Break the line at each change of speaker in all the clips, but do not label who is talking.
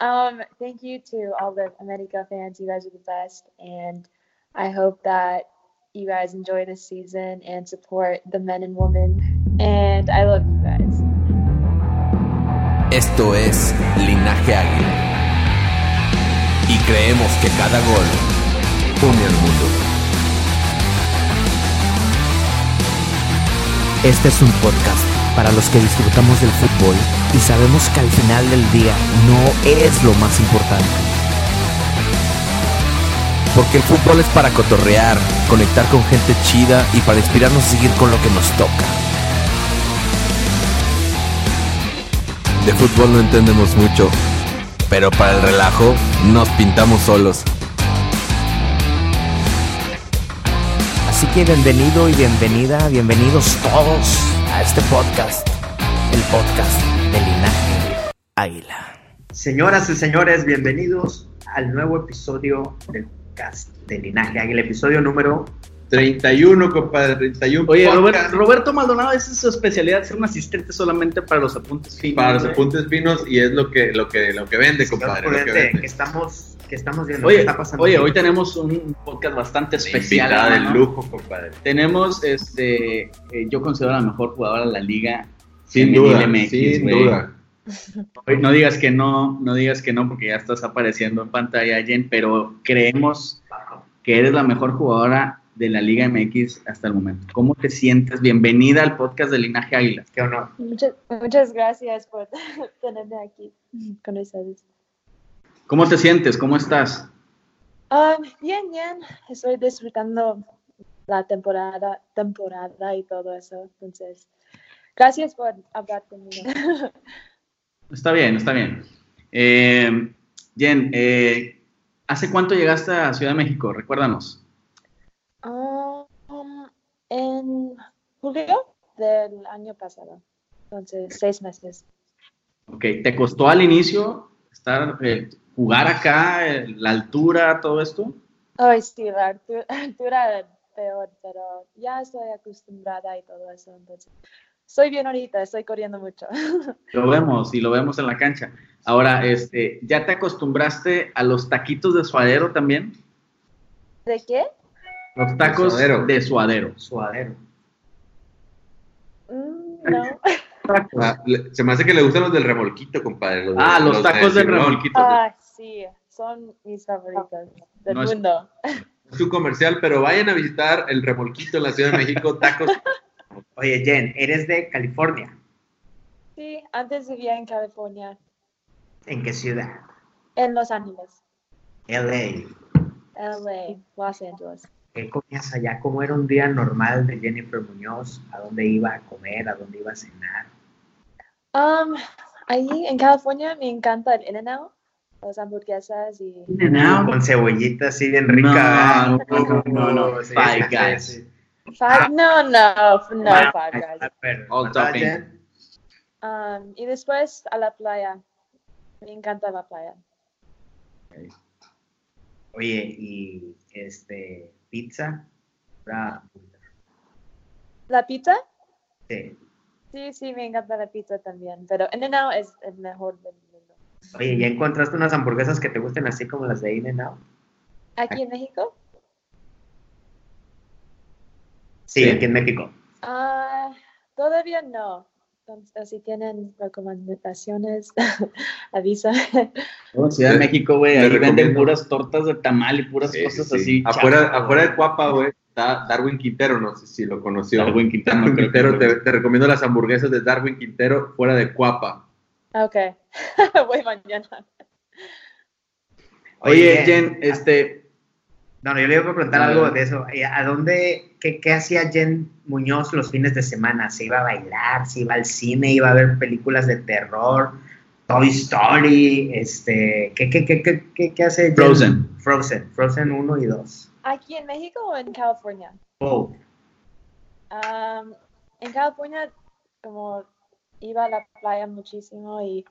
Um, thank you to all the America fans. You guys are the best, and I hope that you guys enjoy this season and support the men and women. And I love you guys.
Esto es Linaje Águila. Y creemos que cada gol une al mundo.
Este es un podcast para los que disfrutamos del fútbol y sabemos que al final del día no es lo más importante.
Porque el fútbol es para cotorrear, conectar con gente chida y para inspirarnos a seguir con lo que nos toca. De fútbol no entendemos mucho, pero para el relajo nos pintamos solos.
Así que bienvenido y bienvenida, bienvenidos todos a este podcast, el podcast de Linaje Águila.
Señoras y señores, bienvenidos al nuevo episodio del podcast de Linaje Águila, episodio número
31, compadre, 31.
Oye, Robert, Roberto Maldonado esa es su especialidad, ser un asistente solamente para los apuntes finos.
Para los apuntes finos y es lo que, lo que, lo que vende,
Señor
compadre. lo
Prudente,
que vende.
que estamos que estamos viendo
Oye,
qué está pasando.
oye, hoy tenemos un podcast bastante especial.
Invitada de
¿no?
lujo, compadre.
Tenemos, este, eh, yo considero la mejor jugadora de la liga.
Sin
femenil
duda,
MX,
sin
güey.
duda.
Oye, No digas que no, no digas que no, porque ya estás apareciendo en pantalla, Jen, pero creemos que eres la mejor jugadora de la Liga MX hasta el momento. ¿Cómo te sientes? Bienvenida al podcast de Linaje Águila.
qué honor.
Muchas, muchas gracias por tenerme aquí con ustedes.
¿Cómo te sientes? ¿Cómo estás?
Um, bien, bien. Estoy disfrutando la temporada, temporada y todo eso. Entonces, gracias por hablar conmigo.
Está bien, está bien. Eh, Jen, eh, ¿hace cuánto llegaste a Ciudad de México? Recuérdanos.
Um, en julio del año pasado. Entonces, seis meses.
Ok, ¿te costó al inicio estar, eh, jugar acá, eh, la altura, todo esto?
Ay, sí, la altu- altura era peor, pero ya estoy acostumbrada y todo eso. Entonces, estoy bien ahorita, estoy corriendo mucho.
Lo vemos y lo vemos en la cancha. Ahora, este, ¿ya te acostumbraste a los taquitos de suadero también?
¿De qué?
Los tacos de
suadero.
suadero.
Suadero.
Mm, no.
Ah, le- se me hace que le gustan los del remolquito, compadre. los de-
Ah, los tacos
de
del
Tiburón.
remolquito.
Ah, sí, son mis favoritos del
No es-
mundo.
Es un comercial, pero vayan a visitar el remolquito en la Ciudad de México, tacos.
Oye, Jen, eres de California.
Sí, antes vivía en California,
¿En qué ciudad?
en Los Ángeles,
LA.
LA, Los Angeles.
¿Qué comías allá? ¿Cómo era un día normal de Jennifer Muñoz? ¿A dónde iba a comer? ¿A dónde iba a cenar?
Um, ahí en California me encanta el In-N-Out, las hamburguesas y
Con cebollita así bien rica.
No,
¿verdad?
no, no, no.
Sí,
Five
sí,
Guys.
sí.
Five, no, no, no,
Ah,
Five
está
Guys.
perro,
All
¿verdad,
topping.
Jen?
Um, y después a la playa. Me encanta la playa.
Oye, y este, pizza. ¿verdad?
¿La pizza?
Sí.
Sí, sí, me encanta la pizza también, pero In-N-Out es el mejor del mundo.
Oye, ¿ya encontraste unas hamburguesas que te gusten así como las de In-N-Out?
¿Aquí en México?
Sí,
Sí.
aquí en México.
Ah, todavía no. Entonces, si tienen recomendaciones, avísame.
Bueno, Ciudad de
Te-
México, güey,
te
ahí venden
recomiendo.
puras tortas de tamal y puras
Sí,
cosas
sí.
así.
Afuera, afuera de Cuapa, güey, está Darwin Quintero, no sé si lo conoció.
Darwin Quintero,
Darwin
creo que
Quintero,
lo
te,
conocí.
te recomiendo las hamburguesas de Darwin Quintero fuera de Cuapa.
Ok, voy mañana.
Oye, Jen, este,
este,
No, no, yo le iba a preguntar
A
algo
ver.
de eso. Eh, ¿A dónde ¿qué, qué hacía Jen Muñoz los fines de semana? Se iba a bailar, se iba al cine, iba a ver películas de terror, Toy Story, este, ¿qué, qué, qué, qué, qué, qué hace Jen?
Frozen.
Frozen, Frozen 1 y 2.
¿Aquí en México o en California?
Oh,
Am, en California, como iba a la playa muchísimo y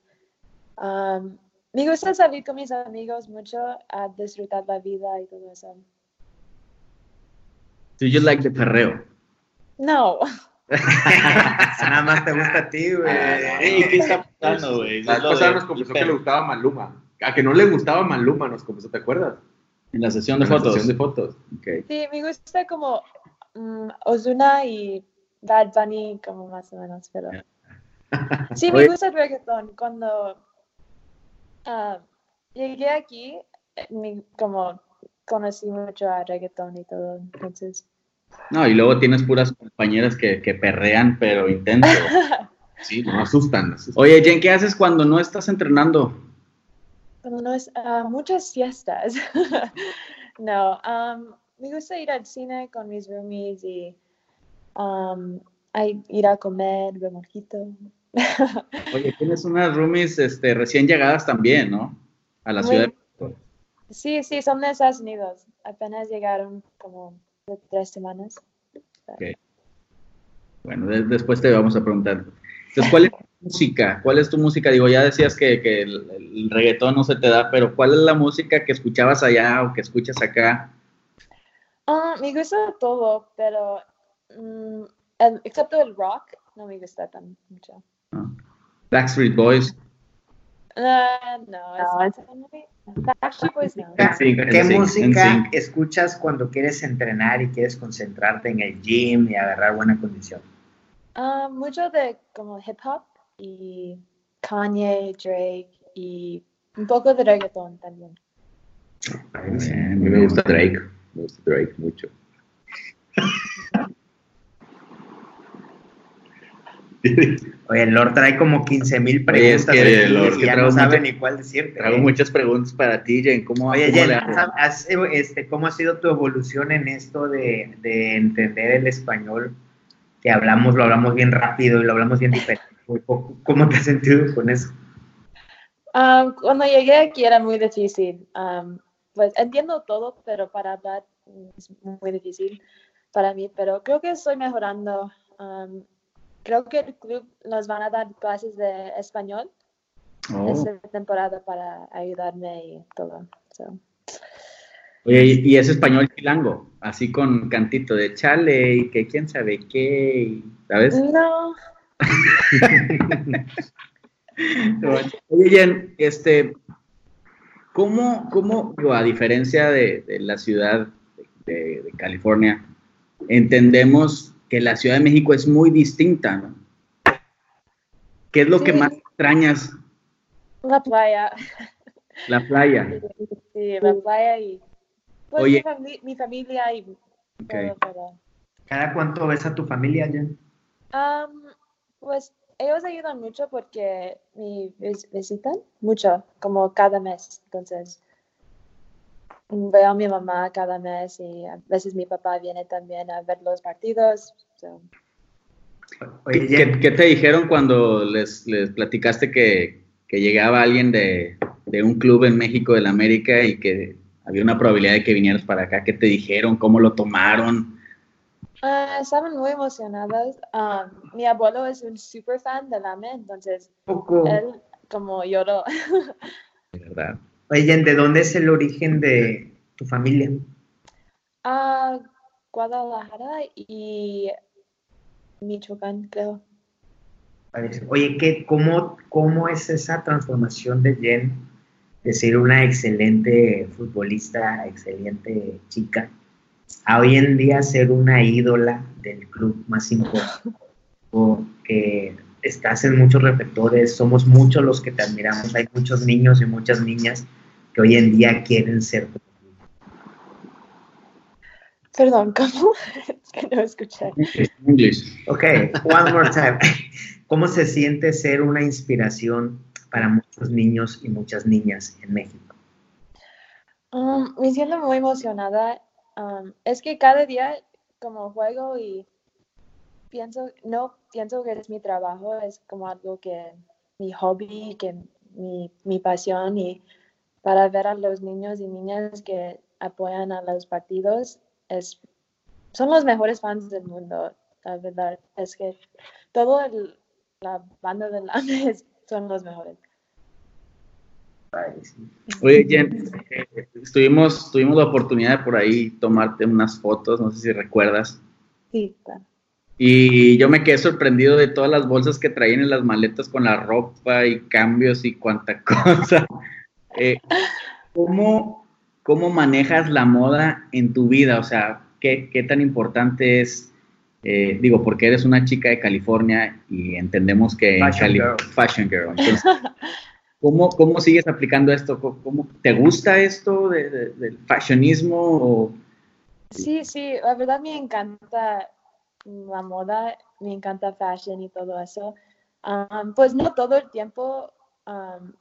am, me gusta salir con mis amigos mucho a disfrutar la vida y todo eso.
Do you like the perreo?
No,
nada más te gusta a ti, güey.
Ey, ¿Qué está pasando, güey?
La vez
Lo
pasada
de-
nos confesó que le gustaba Maluma. A que no le gustaba Maluma, nos confesó, ¿te acuerdas?
En la sesión de
En la
fotos.
sesión de fotos.
Ok.
sí, me gusta como mm, Ozuna y Bad Bunny, como más o menos, pero. Sí, me
Oye.
gusta el reggaetón. Cuando ah, llegué aquí, eh, me- como conocí mucho a reggaetón y todo, entonces.
No, y luego tienes puras compañeras que, que perrean, pero intenso.
Sí, no asustan, no asustan.
Oye, Jen, ¿qué haces cuando no estás entrenando?
Cuando no es ah, muchas siestas. no, um, me gusta ir al cine con mis roomies y um, a ir a comer remojito.
Oye, tienes unas roomies este, recién llegadas también, ¿no? A la
Muy-
ciudad.
sí, sí, son de Estados Unidos. Apenas llegaron como de tres semanas.
Bueno, de- después te vamos a preguntar. Entonces, ¿cuál es tu música? ¿Cuál es tu música? Digo, ya decías que, que el, el reggaetón no se te da, pero ¿cuál es la música que escuchabas allá o que escuchas acá?
Ah, me gusta todo, pero mm, el- excepto el rock, no me gusta tan mucho.
Backstreet Boys.
Ah, no, es, Actually, pues no.
NSYNC,
¿Qué
NSYNC,
música
NSYNC.
escuchas cuando quieres entrenar y quieres concentrarte en el gym y agarrar buena condición?
Ah, mucho de como hip hop y Kanye, Drake y un poco de reggaetón también.
A mí me gusta Drake. Me gusta Drake mucho.
Oye, el Lord trae como 15 mil
Oye, es
preguntas
que,
aquí
Lord,
y
que
ya
traigo
no sabe
mucho-
ni cuál decirte.
Traigo
¿eh?
muchas preguntas para ti, Jen. ¿Cómo,
Oye,
cómo
Jen,
le hago?
¿sab- has- este, ¿cómo ha sido tu evolución en esto de, de entender el español? Que hablamos, lo hablamos bien rápido y lo hablamos bien diferente. ¿Cómo- ¿Cómo te has sentido con eso?
Ah, cuando llegué aquí era muy difícil. Am, pues entiendo todo, pero para hablar es muy difícil para mí. Pero creo que estoy mejorando. Am, creo que el club nos van a dar clases de español
Oh.
esta temporada para ayudarme y todo. So,
Oye, y, y es español chilango, así con cantito de chale y que quién sabe qué, y- ¿sabes?
No,
Oye, Jen, este, ¿cómo, cómo, digo, a diferencia de, de la ciudad de, de California, entendemos que la Ciudad de México es muy distinta, ¿no? ¿Qué es lo que
Sí.
más extrañas?
la playa.
La playa.
Sí, la playa y pues
Oh.
mi,
Oye.
fami- mi familia y
Ok.
todo, pero,
¿Cada cuánto ves a tu familia, Jen?
am, pues ellos ayudan mucho porque me vis- visitan mucho, como cada mes. Entonces, veo a mi mamá cada mes y a veces mi papá viene también a ver los partidos. so.
Oye,
¿Qué,
Jen,
qué- qué te dijeron cuando les, les platicaste que, que llegaba alguien de, de un club en México del América y que había una probabilidad de que vinieras para acá? ¿Qué te dijeron? ¿Cómo lo tomaron?
Ah, estaban muy emocionados. Am, mi abuelo es un super fan del AME, entonces
poco.
él como lloró.
De verdad.
Oye, Jen, ¿de dónde es el origen de tu familia?
A Guadalajara y Michoacán, creo.
Parece. Oye, ¿qué, cómo, ¿cómo es esa transformación de Jen de ser una excelente futbolista, excelente chica, a hoy en día ser una ídola del club más importante? O que estás en muchos reflectores, somos muchos los que te admiramos, hay muchos niños y muchas niñas que hoy en día quieren ser como tú.
Perdón, ¿cómo? Es que no escuché.
English.
Ok, one more time. ¿Cómo se siente ser una inspiración para muchos niños y muchas niñas en México?
Mm, Um, me siento muy emocionada. Um, es que cada día como juego y pienso, no pienso que es mi trabajo, es como algo que mi hobby, que mi, mi pasión y para ver a los niños y niñas que apoyan a los partidos, es, son los mejores fans del mundo, la verdad. Es que todo el- la banda del AME es- son los mejores.
Padre, sí.
Oye, Jen, eh, estuvimos, tuvimos la oportunidad de por ahí tomarte unas fotos, no sé si recuerdas.
Sí, claro.
Y yo me quedé sorprendido de todas las bolsas que traían en las maletas con la ropa y cambios y cuanta cosa. Eh, ¿cómo, cómo manejas la moda en tu vida? O sea, ¿qué, qué tan importante es? Eh, digo, porque eres una chica de California y entendemos que... en
Fashion
Cali-
girl.
Fashion girl. Entonces, ¿cómo, ¿Cómo sigues aplicando esto? ¿Cómo, cómo- te gusta esto de- de- del fashionismo? O,
Sí, sí, la verdad me encanta la moda, me encanta fashion y todo eso. Am, pues no todo el tiempo, am,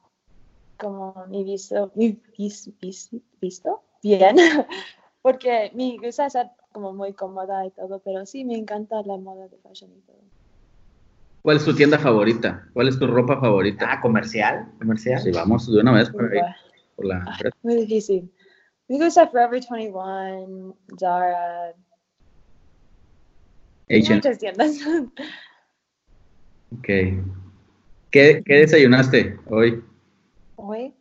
como mi visto, mi vis- vis- visto bien, porque me gusta ser como muy cómoda y todo, pero sí me encanta la moda de fashion y todo.
¿Cuál es tu tienda favorita? ¿Cuál es tu ropa favorita?
Ah, comercial, comercial.
Sí, vamos de una vez por ahí,
Igual.
por la-
Muy difícil. Me gusta Forever 21, Zara,
H&M.
muchas tiendas.
Ok. ¿Qué, qué desayunaste hoy?
Hoy,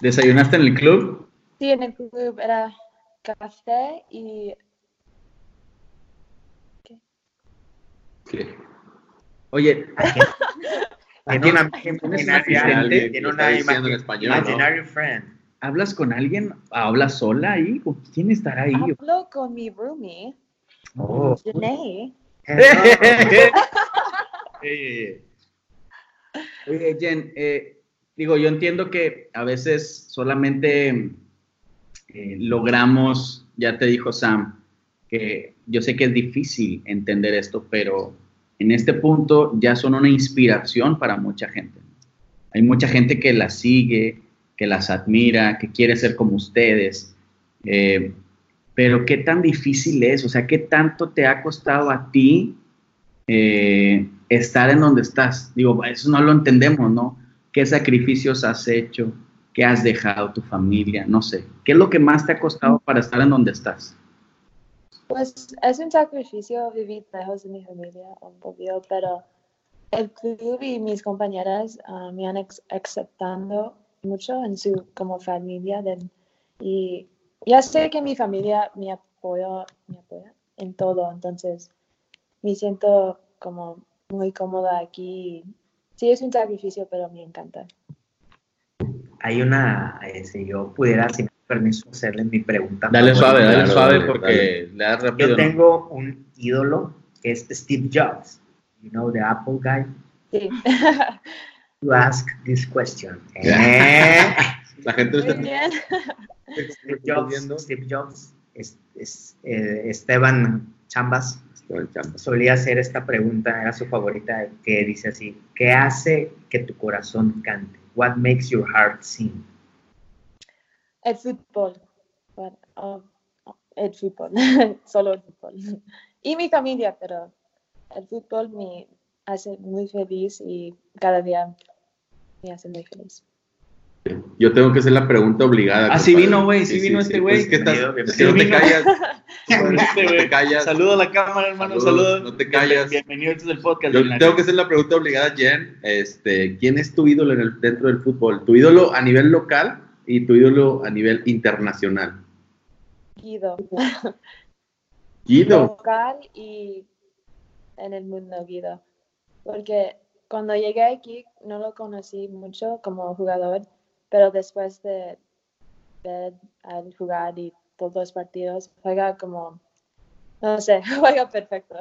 ¿Desayunaste en el club?
sí, en el club era café y
Oye,
Ah,
Tiene una
Alguien
imaginaria,
que
tiene una
está diciendo en
imaginaria
español, ¿no?
friend.
¿hablas con alguien? ¿Hablas sola ahí? ¿Con quién estará ahí?
hablo con mi roomie,
Oh.
Janae.
Oye, Jen, eh, digo, yo entiendo que a veces solamente eh, logramos, ya te dijo Sam, que yo sé que es difícil entender esto, pero en este punto ya son una inspiración para mucha gente. Hay mucha gente que las sigue, que las admira, que quiere ser como ustedes. eh, pero qué tan difícil es, o sea, qué tanto te ha costado a ti eh, estar en donde estás. Digo, eso no lo entendemos, ¿no? ¿Qué sacrificios has hecho? ¿Qué has dejado tu familia? No sé. ¿Qué es lo que más te ha costado para estar en donde estás?
Pues es un sacrificio vivir lejos de mi familia, obvio, pero el club y mis compañeras ah, me han ex- aceptando mucho en su como familia del- y ya sé que mi familia me apoya, me apoya en todo, entonces me siento como muy cómoda aquí. Sí, es un sacrificio, pero me encanta.
Hay una, eh, si yo pudiera, sin permiso, hacerle mi pregunta.
Dale
favorita.
suave, dale
claro,
suave
dale,
porque
dale.
le das rápido.
Yo
¿no?
tengo un ídolo que es Steve Jobs, you know, the Apple guy.
Sí.
You ask this question. Eh.
Yeah. La gente
Muy
está
bien.
Steve
viendo.
Jobs, Steve Jobs, es- es, eh, Esteban Chambas,
Esteban Chambas.
solía hacer esta pregunta, era su favorita, que dice así, ¿qué hace que tu corazón cante? What makes your heart sing?
El fútbol. Bueno, oh, oh, el fútbol. Solo el fútbol. Y mi familia, pero el fútbol me hace muy feliz y cada día me hace muy feliz.
Yo tengo que hacer la pregunta obligada.
Ah, sí
compadre.
vino, güey, sí vino este güey.
Pues es que estás-
Bienvenido,
es que no te
bienvenido.
callas.
Este,
No te
güey.
callas.
Saludo a la cámara, hermano.
Saludos,
Saludos.
no te callas.
Bienvenidos desde el podcast.
Yo
Linares.
tengo que hacer la pregunta obligada, Jen. Este, ¿Quién es tu ídolo en el, dentro del fútbol? ¿Tu ídolo a nivel local y tu ídolo a nivel internacional?
Guido.
Guido.
Local y en el mundo, Guido. Porque cuando llegué aquí no lo conocí mucho como jugador, pero después de ver al jugar y todos los partidos, juega como, no sé, juega perfecto.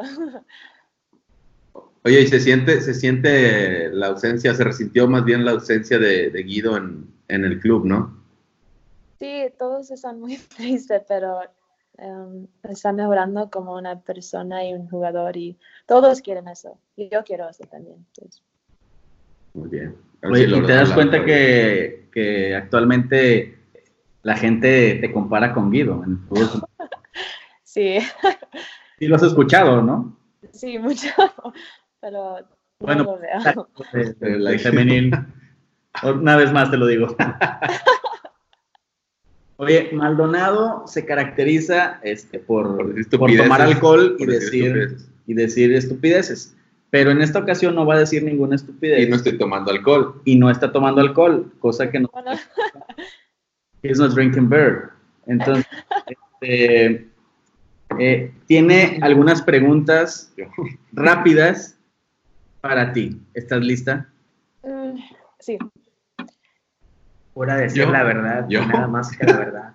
Oye, ¿y se siente, se siente la ausencia, se resintió más bien la ausencia de, de Guido en, en el club, ¿no?
Sí, todos están muy tristes, pero em, está mejorando como una persona y un jugador y todos quieren eso. Y yo quiero eso también. pues. entonces.
Muy bien. A ver
Oye,
si
y
logras
te das
hablar,
cuenta
güey.
que, que actualmente la gente te compara con Guido. en el fútbol.
sí,
Sí, lo has escuchado, ¿no?
Sí, mucho, pero
Bueno,
no lo veo.
Este, la femenil. Una vez más te lo digo. Oye, Maldonado se caracteriza este, por,
Por decir
por
estupideces,
tomar alcohol y
por decir
decir,
estupideces.
y decir estupideces. Pero en esta ocasión no va a decir ninguna estupidez
Y no estoy tomando alcohol.
está tomando alcohol, cosa que no
Bueno,
He's not drinking beer. Entonces, este, eh, tiene algunas preguntas rápidas para ti. ¿Estás lista?
mm, sí,
Fuera de ser
Yo-
la verdad,
yo-
nada más que la verdad.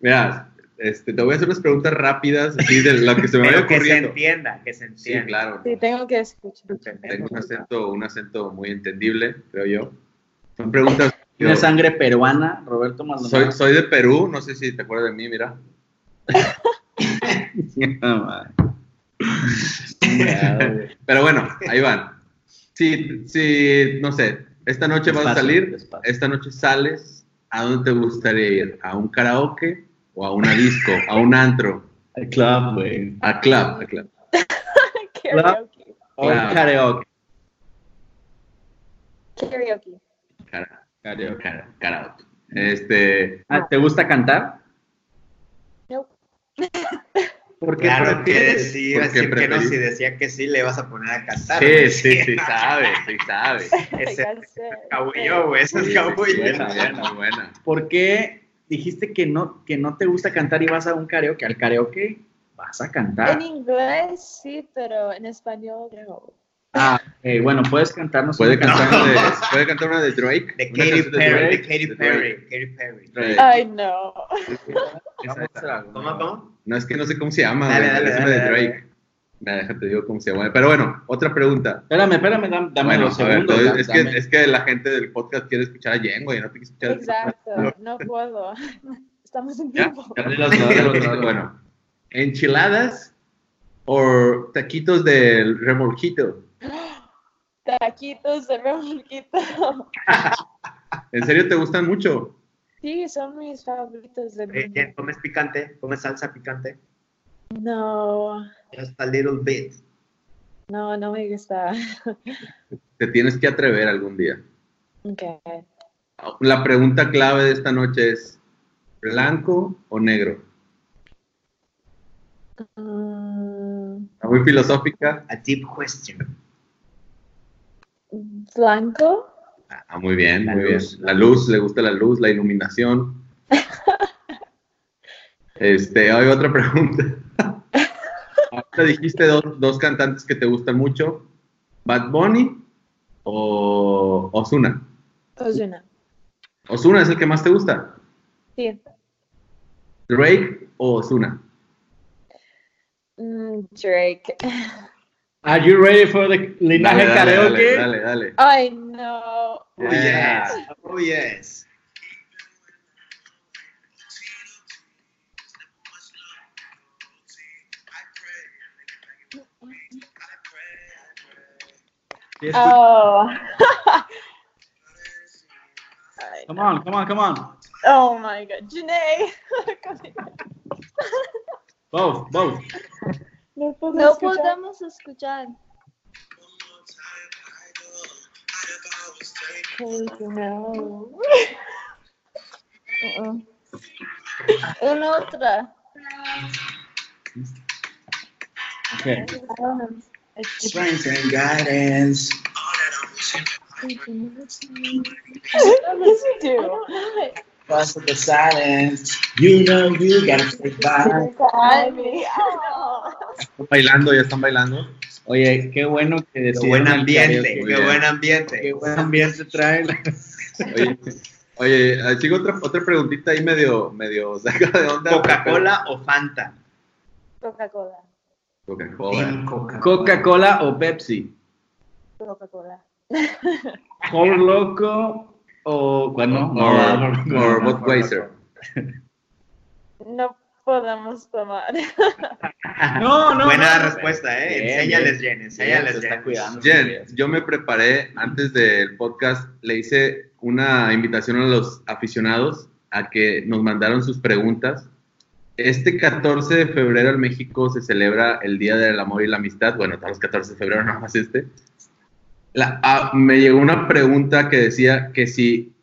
Mira, este, te voy a hacer unas preguntas rápidas, así de lo que se me vaya
Pero que se
ocurriendo.
entienda, que se
Sí,
entienda.
claro.
sí, tengo que escuchar.
Tengo un acento, un acento muy entendible, creo yo. Son preguntas.
Tiene sangre peruana, Roberto
Soy,
Maldonado.
soy de Perú, no sé si te acuerdas de mí, mira. Pero bueno, ahí van. Si, si, no sé, esta noche vas a
Despacio,
salir,
despacio.
esta noche sales, ¿a dónde te gustaría ir? ¿A un karaoke o a una disco, a un antro?
El club, güey.
A club, a club.
Karaoke.
O
Claro.
karaoke.
Karaoke.
Cara- cara- karaoke. Este,
Ah, ¿Te gusta cantar?
Nope.
¿Por qué
Claro que
prefieres?
sí, iba a
¿Por qué
decir que no,
preferís?
si decía que sí, le vas a poner a cantar.
sí, sí, sí, sabes, sí, sabes.
Ese
Ya sé.
cabullo, güey, ese es cabullo.
Buena, buena, buena.
¿Por qué dijiste que no, que no te gusta cantar y vas a un karaoke? Al karaoke vas a cantar.
En inglés sí, pero en español no.
Ah, ok, bueno, puedes cantarnos.
Puede
una canción?
cantar, una de, puede cantar una de Drake.
De
una
Katy Perry,
canción
de
Drake, Eh,
Katy
de
Perry,
Drake.
Katy Perry.
Drake.
Ay, no.
Esa es la-
¿Cómo, cómo?
No, es que no sé cómo se llama,
Dale,
güey,
dale,
es una
dale,
de
dale.
Drake. Nah, déjate, digo cómo se llama. Pero bueno, otra pregunta.
Espérame, espérame, dam- dame
Bueno,
los
a ver,
segundos.
todo-
dam-
es, que,
dame.
es que la gente del podcast quiere escuchar a Jen, güey, no te quiere escuchar.
Exacto, no puedo. Estamos en
¿Ya?
tiempo.
Dale los dos, dale los dos.
bueno, enchiladas o taquitos del remolquito.
Taquitos de remolquito.
¿En serio te gustan mucho?
Sí, son mis favoritos del
Eh,
mundo.
Jen, ¿Comes picante? ¿Comes salsa picante?
No,
Just a little bit.
no, no me gusta.
Te tienes que atrever algún día.
Ok.
La pregunta clave de esta noche es, ¿blanco o negro?
Mm,
Está muy filosófica.
A deep question.
Blanco.
Ah, muy bien,
La
muy
luz.
bien. La luz, le gusta la luz, la iluminación. Este, hay otra pregunta. Ahorita dijiste dos, dos cantantes que te gustan mucho, Bad Bunny o Ozuna.
Ozuna.
Ozuna es el que más te gusta.
Sí.
Drake o Ozuna.
Mm, Drake.
Are you ready for the linaje karaoke?
Dale, dale, dale.
Ay, no.
Oh,
Yeah.
yes. Oh, yes.
Yes,
Ah.
Oh. Ay,
Come on, come on, come on.
Oh my god. Janae.
Both, both.
no puedo
No
escuchar.
podemos escuchar.
Please, no.
Uh-uh. Una otra.
Okay.
It's-
Strength and guidance.
Yes, you do.
Trust the silence. You know you gotta survive.
Ay, mi- Oh.
Están bailando, ya están bailando.
Oye, qué bueno que
Qué
decidieron
buen
el
ambiente,
karaoke.
qué buen ambiente.
Qué buen ambiente trae.
Oye, oye, ah, chico, otra, otra preguntita ahí medio, medio saca de onda.
¿Coca-Cola o Fanta?
Coca-Cola.
Coca-Cola.
Coca-Cola o Pepsi.
Coca-Cola.
Cold Loco o... Bueno,
O o Budweiser.
No podemos tomar.
No, no.
Buena
no, no.
respuesta, eh.
Bien,
enséñales, Jen,
Bien, se
enséñales,
está
Jen.
cuidando.
Jen, yo me preparé antes del podcast, le hice una invitación a los aficionados a que nos mandaron sus preguntas. Este 14 de febrero en México se celebra el Día del Amor y la Amistad. Bueno, todos los 14 de febrero, nada más este. La- ah, me llegó una pregunta que decía que si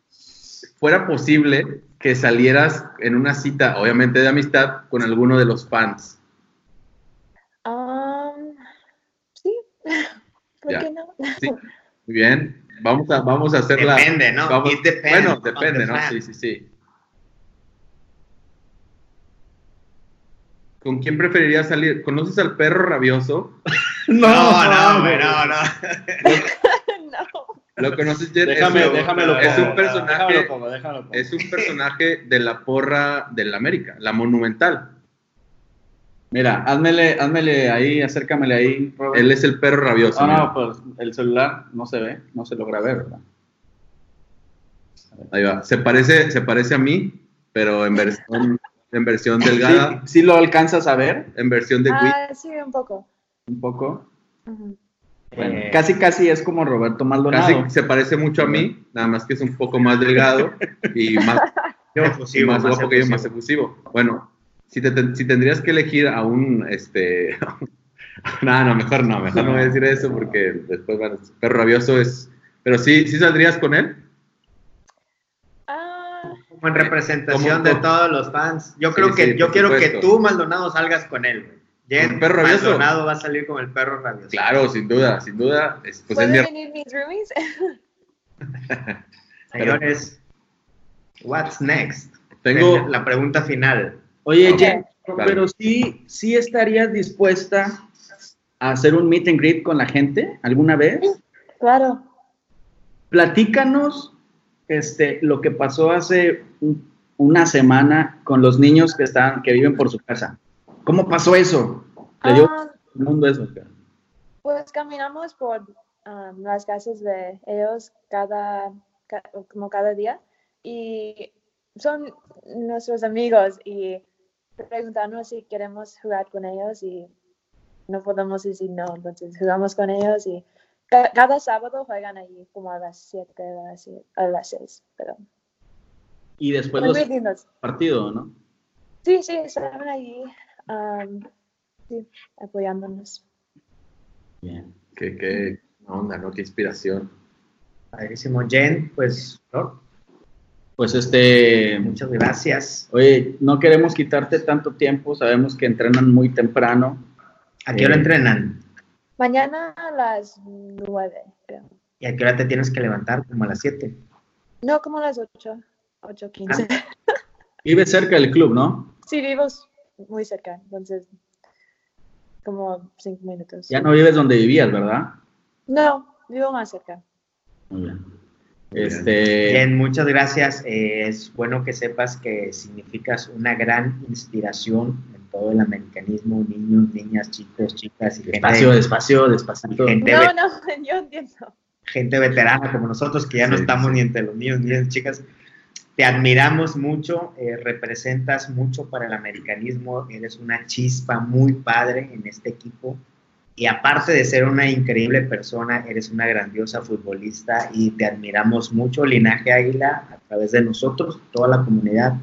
fuera posible que salieras en una cita, obviamente de amistad, con alguno de los fans.
Um, sí. ¿Por
Ya.
qué no?
Sí, muy bien. Vamos a, vamos a hacer la...
Depende, ¿no?
vamos-
It depends
bueno,
on the
depende, ¿no?
fan.
Sí, sí, sí. ¿Con quién preferirías salir? ¿Conoces al perro rabioso?
No, no, güey, no, no.
no.
¿Lo conoces, Jen?
Déjame,
es un,
déjamelo.
es
pongo,
un personaje,
Déjamelo, pongo, déjamelo. pongo.
es un personaje de la porra del América, la monumental.
Mira, házmele, házmele ahí, acércamele ahí. Robert.
Él es el perro rabioso.
Ah,
mira.
no, pues el celular no se ve, no se lo grabé, ¿verdad?
Ahí va. Se parece, se parece a mí, pero en versión, en versión delgada,
Sí, sí lo alcanzas a ver
en versión de Wii.
Ah, sí, un poco.
un poco.
Ujú.
Bueno,
Eh,
casi, casi es como Roberto
Casi
Maldonado.
se parece mucho a mí, nada más que es un poco más delgado y más,
Yo,
y
efusivo,
más
más
guapo que yo, más
efusivo.
efusivo. Bueno, si, te, ten- si tendrías que elegir a un, este... no, no, mejor no, mejor no voy a decir eso porque después, van a- perro rabioso es... Pero sí, sí saldrías con él.
Ah,
Como en representación
Como-
de todos los fans. Yo
Sí,
creo que,
sí,
yo
por
quiero que
supuesto.
tú, Maldonado, salgas con él. güey. Jen,
¿Con perro rabioso?
Maldonado va a salir con el perro rabioso.
Claro, sin duda, sin duda. Es, pues es
¿pueden
mi
venir mis roomies?
Señores, what's next?
Tengo,
la pregunta final.
Oye,
Ok.
Jen,
Claro.
pero sí, sí estarías dispuesta a hacer un meet and greet con la gente alguna vez.
claro.
Platícanos este, lo que pasó hace un- una semana con los niños que, están, que viven por su casa. ¿Cómo pasó eso? Le dio
Ah,
al mundo eso.
Pues caminamos por um, las casas de ellos cada, ca- como cada día y son nuestros amigos y preguntarnos si queremos jugar con ellos y no podemos decir no, entonces jugamos con ellos y ca- cada sábado juegan allí como a las 7 o a las sie- a las 6, pero
Y después
son
Pues
Pues
los
muy lindos.
partidos, ¿no?
Sí, sí, estaban allí um, sí, apoyándonos.
Qué, qué onda, ¿no? Qué inspiración.
Padrísimo, Jen, pues, ¿no?
Pues este,
muchas gracias.
oye, no queremos quitarte tanto tiempo, sabemos que entrenan muy temprano.
¿A qué hora
Eh,
entrenan?
Mañana a las 9, creo.
¿Y a qué hora te tienes que levantar? Como a las 7.
No, como a las 8, 8.15.
Vive cerca del club, ¿no?
Sí, vivo s- muy cerca, entonces como 5 minutos.
Ya no vives donde vivías, ¿verdad?
No, vivo más cerca.
Muy bien. Este,
Jen, muchas gracias. Eh, es bueno que sepas que significas una gran inspiración en todo el americanismo, niños, niñas, chicos, chicas y gente,
despacio, despacio, despacito.
gente,
No,
ve-
no, yo entiendo.
gente veterana como nosotros que ya no
Sí,
estamos
sí.
ni entre los niños, ni las chicas. Te admiramos mucho, eh, representas mucho para el americanismo, eres una chispa muy padre en este equipo. Y aparte de ser una increíble persona, eres una grandiosa futbolista y te admiramos mucho, Linaje Águila, a través de nosotros, toda la comunidad.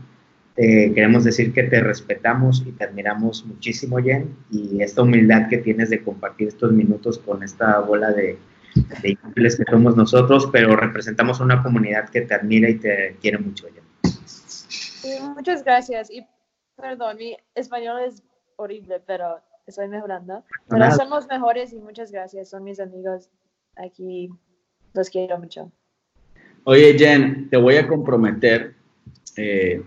Te queremos decir que te respetamos y te admiramos muchísimo, Jen, y esta humildad que tienes de compartir estos minutos con esta bola de, de inútiles que somos nosotros, pero representamos a una comunidad que te admira y te quiere mucho, Jen.
Y muchas gracias y perdón, mi español es horrible, pero estoy mejorando. Pero
nada.
son los mejores y muchas gracias, son mis amigos aquí, los quiero mucho.
Oye, Jen, te voy a comprometer eh,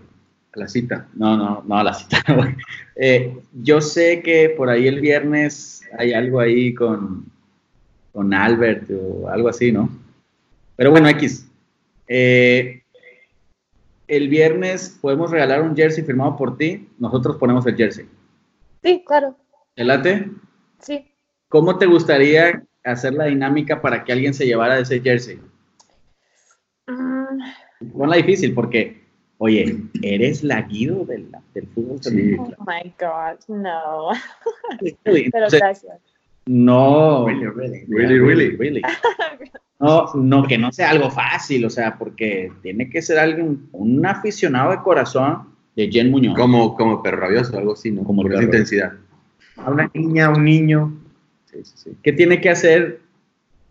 a la cita. No, no, no a la cita. güey. Eh, yo sé que por ahí el viernes hay algo ahí con, con Albert o algo así, ¿no? Pero bueno, X. Eh, el viernes podemos regalar un jersey firmado por ti. Nosotros ponemos el jersey.
Sí, claro,
¿Te late?
sí.
¿Cómo te gustaría hacer la dinámica para que alguien se llevara ese jersey?
Mm,
Ponla difícil porque, oye, eres la Guido del, del fútbol femenino.
oh my God, no. Pero
Entonces,
gracias.
no,
really.
Really, really.
really. No, no, que no sea algo fácil, o sea, porque tiene que ser alguien, un aficionado de corazón, de Jen Muñoz.
Como, como perro rabioso, algo así, ¿no?
Como el
Por esa
perro.
intensidad.
A una niña, a un niño.
Sí, sí, sí. ¿Qué tiene que hacer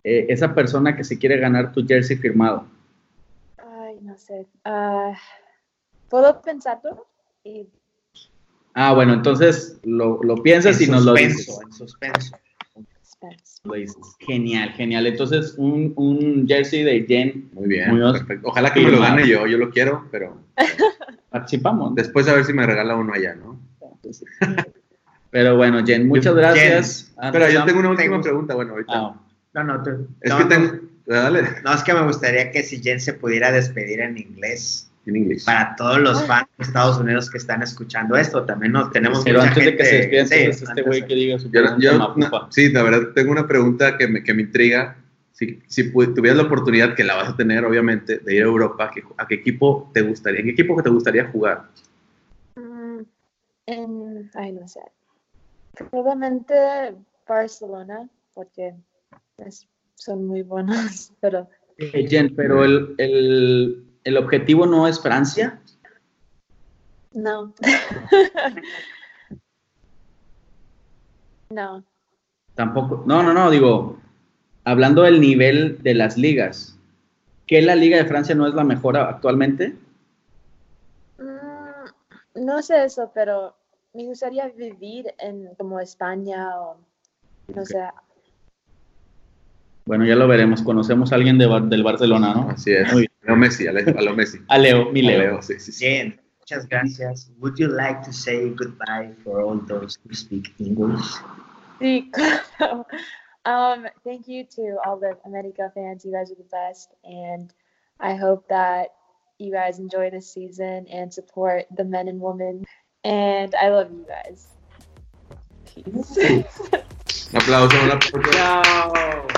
eh, esa persona que se quiere ganar tu jersey firmado?
Ay, no sé. Ah, ¿Puedo pensarlo? Y
Ah, bueno, entonces lo, lo piensas y
en
nos lo dices.
suspenso, en suspenso.
suspense.
Lo dices. Genial, genial. Entonces, un, un jersey de Jen,
Muy bien.
Muy bien.
perfecto. Ojalá que me lo gane yo, yo lo quiero, pero
participamos.
después a ver si me regala uno allá, ¿no?
Pero bueno, Jen, muchas gracias. Ah,
Pero yo
Sam.
tengo una última
Tengo-
pregunta, bueno, ahorita.
Ah,
No, no, tú-
Es
no,
que
no.
tengo. Dale,
No, es que me gustaría que si Jen se pudiera despedir en inglés
en inglés.
para todos los fans de Estados Unidos que están escuchando esto. También nos tenemos
pero
mucha
antes de que se
gente-
despida,
sí,
entonces este
antes
güey
de-
que diga su
Yo,
pregunta,
yo-
Mafufa.
no, sí, la verdad, tengo una pregunta que me, que me intriga. Si, si pu- tuvieras la oportunidad, que la vas a tener, obviamente, de ir a Europa, ¿a qué, a qué equipo te gustaría, en qué equipo te gustaría jugar?
Mm, en- ay, no sé. Probablemente Barcelona, porque es- son muy buenos, pero
Eh, Jen, pero el, el, el objetivo no es Francia.
no. no.
Tampoco. No, no, no, digo, hablando del nivel de las ligas, ¿que la Liga de Francia no es la mejor a- actualmente?
Mm, no sé eso, pero me gustaría vivir en como España o no sé.
Bueno, ya lo veremos. Conocemos a alguien de Bar- del Barcelona, ¿no?
Así es.
Muy bien.
Leo Messi, a, Le- a lo Messi.
A Leo, mi
A
Leo.
Leo, sí, sí, sí.
Jen, muchas gracias. Would you like to say goodbye for all those who speak English?
Sí, claro. Um, thank you to all the America fans. You guys are the best, and I hope that you guys enjoy this season and support the men and women. And I love you guys. Peace.
Un aplauso, un aplauso.